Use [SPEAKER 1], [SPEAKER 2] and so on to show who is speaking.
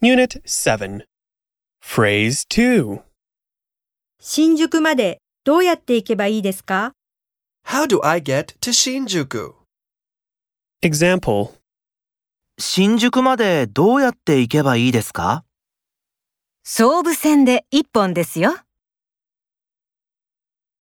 [SPEAKER 1] Unit 7. Phrase 2.
[SPEAKER 2] 新宿までどうやって行けばいいですか
[SPEAKER 3] How do I get to Shinjuku?
[SPEAKER 1] Example.
[SPEAKER 4] 新宿までどうやって行けばいいですか
[SPEAKER 5] 総武線で1本ですよ。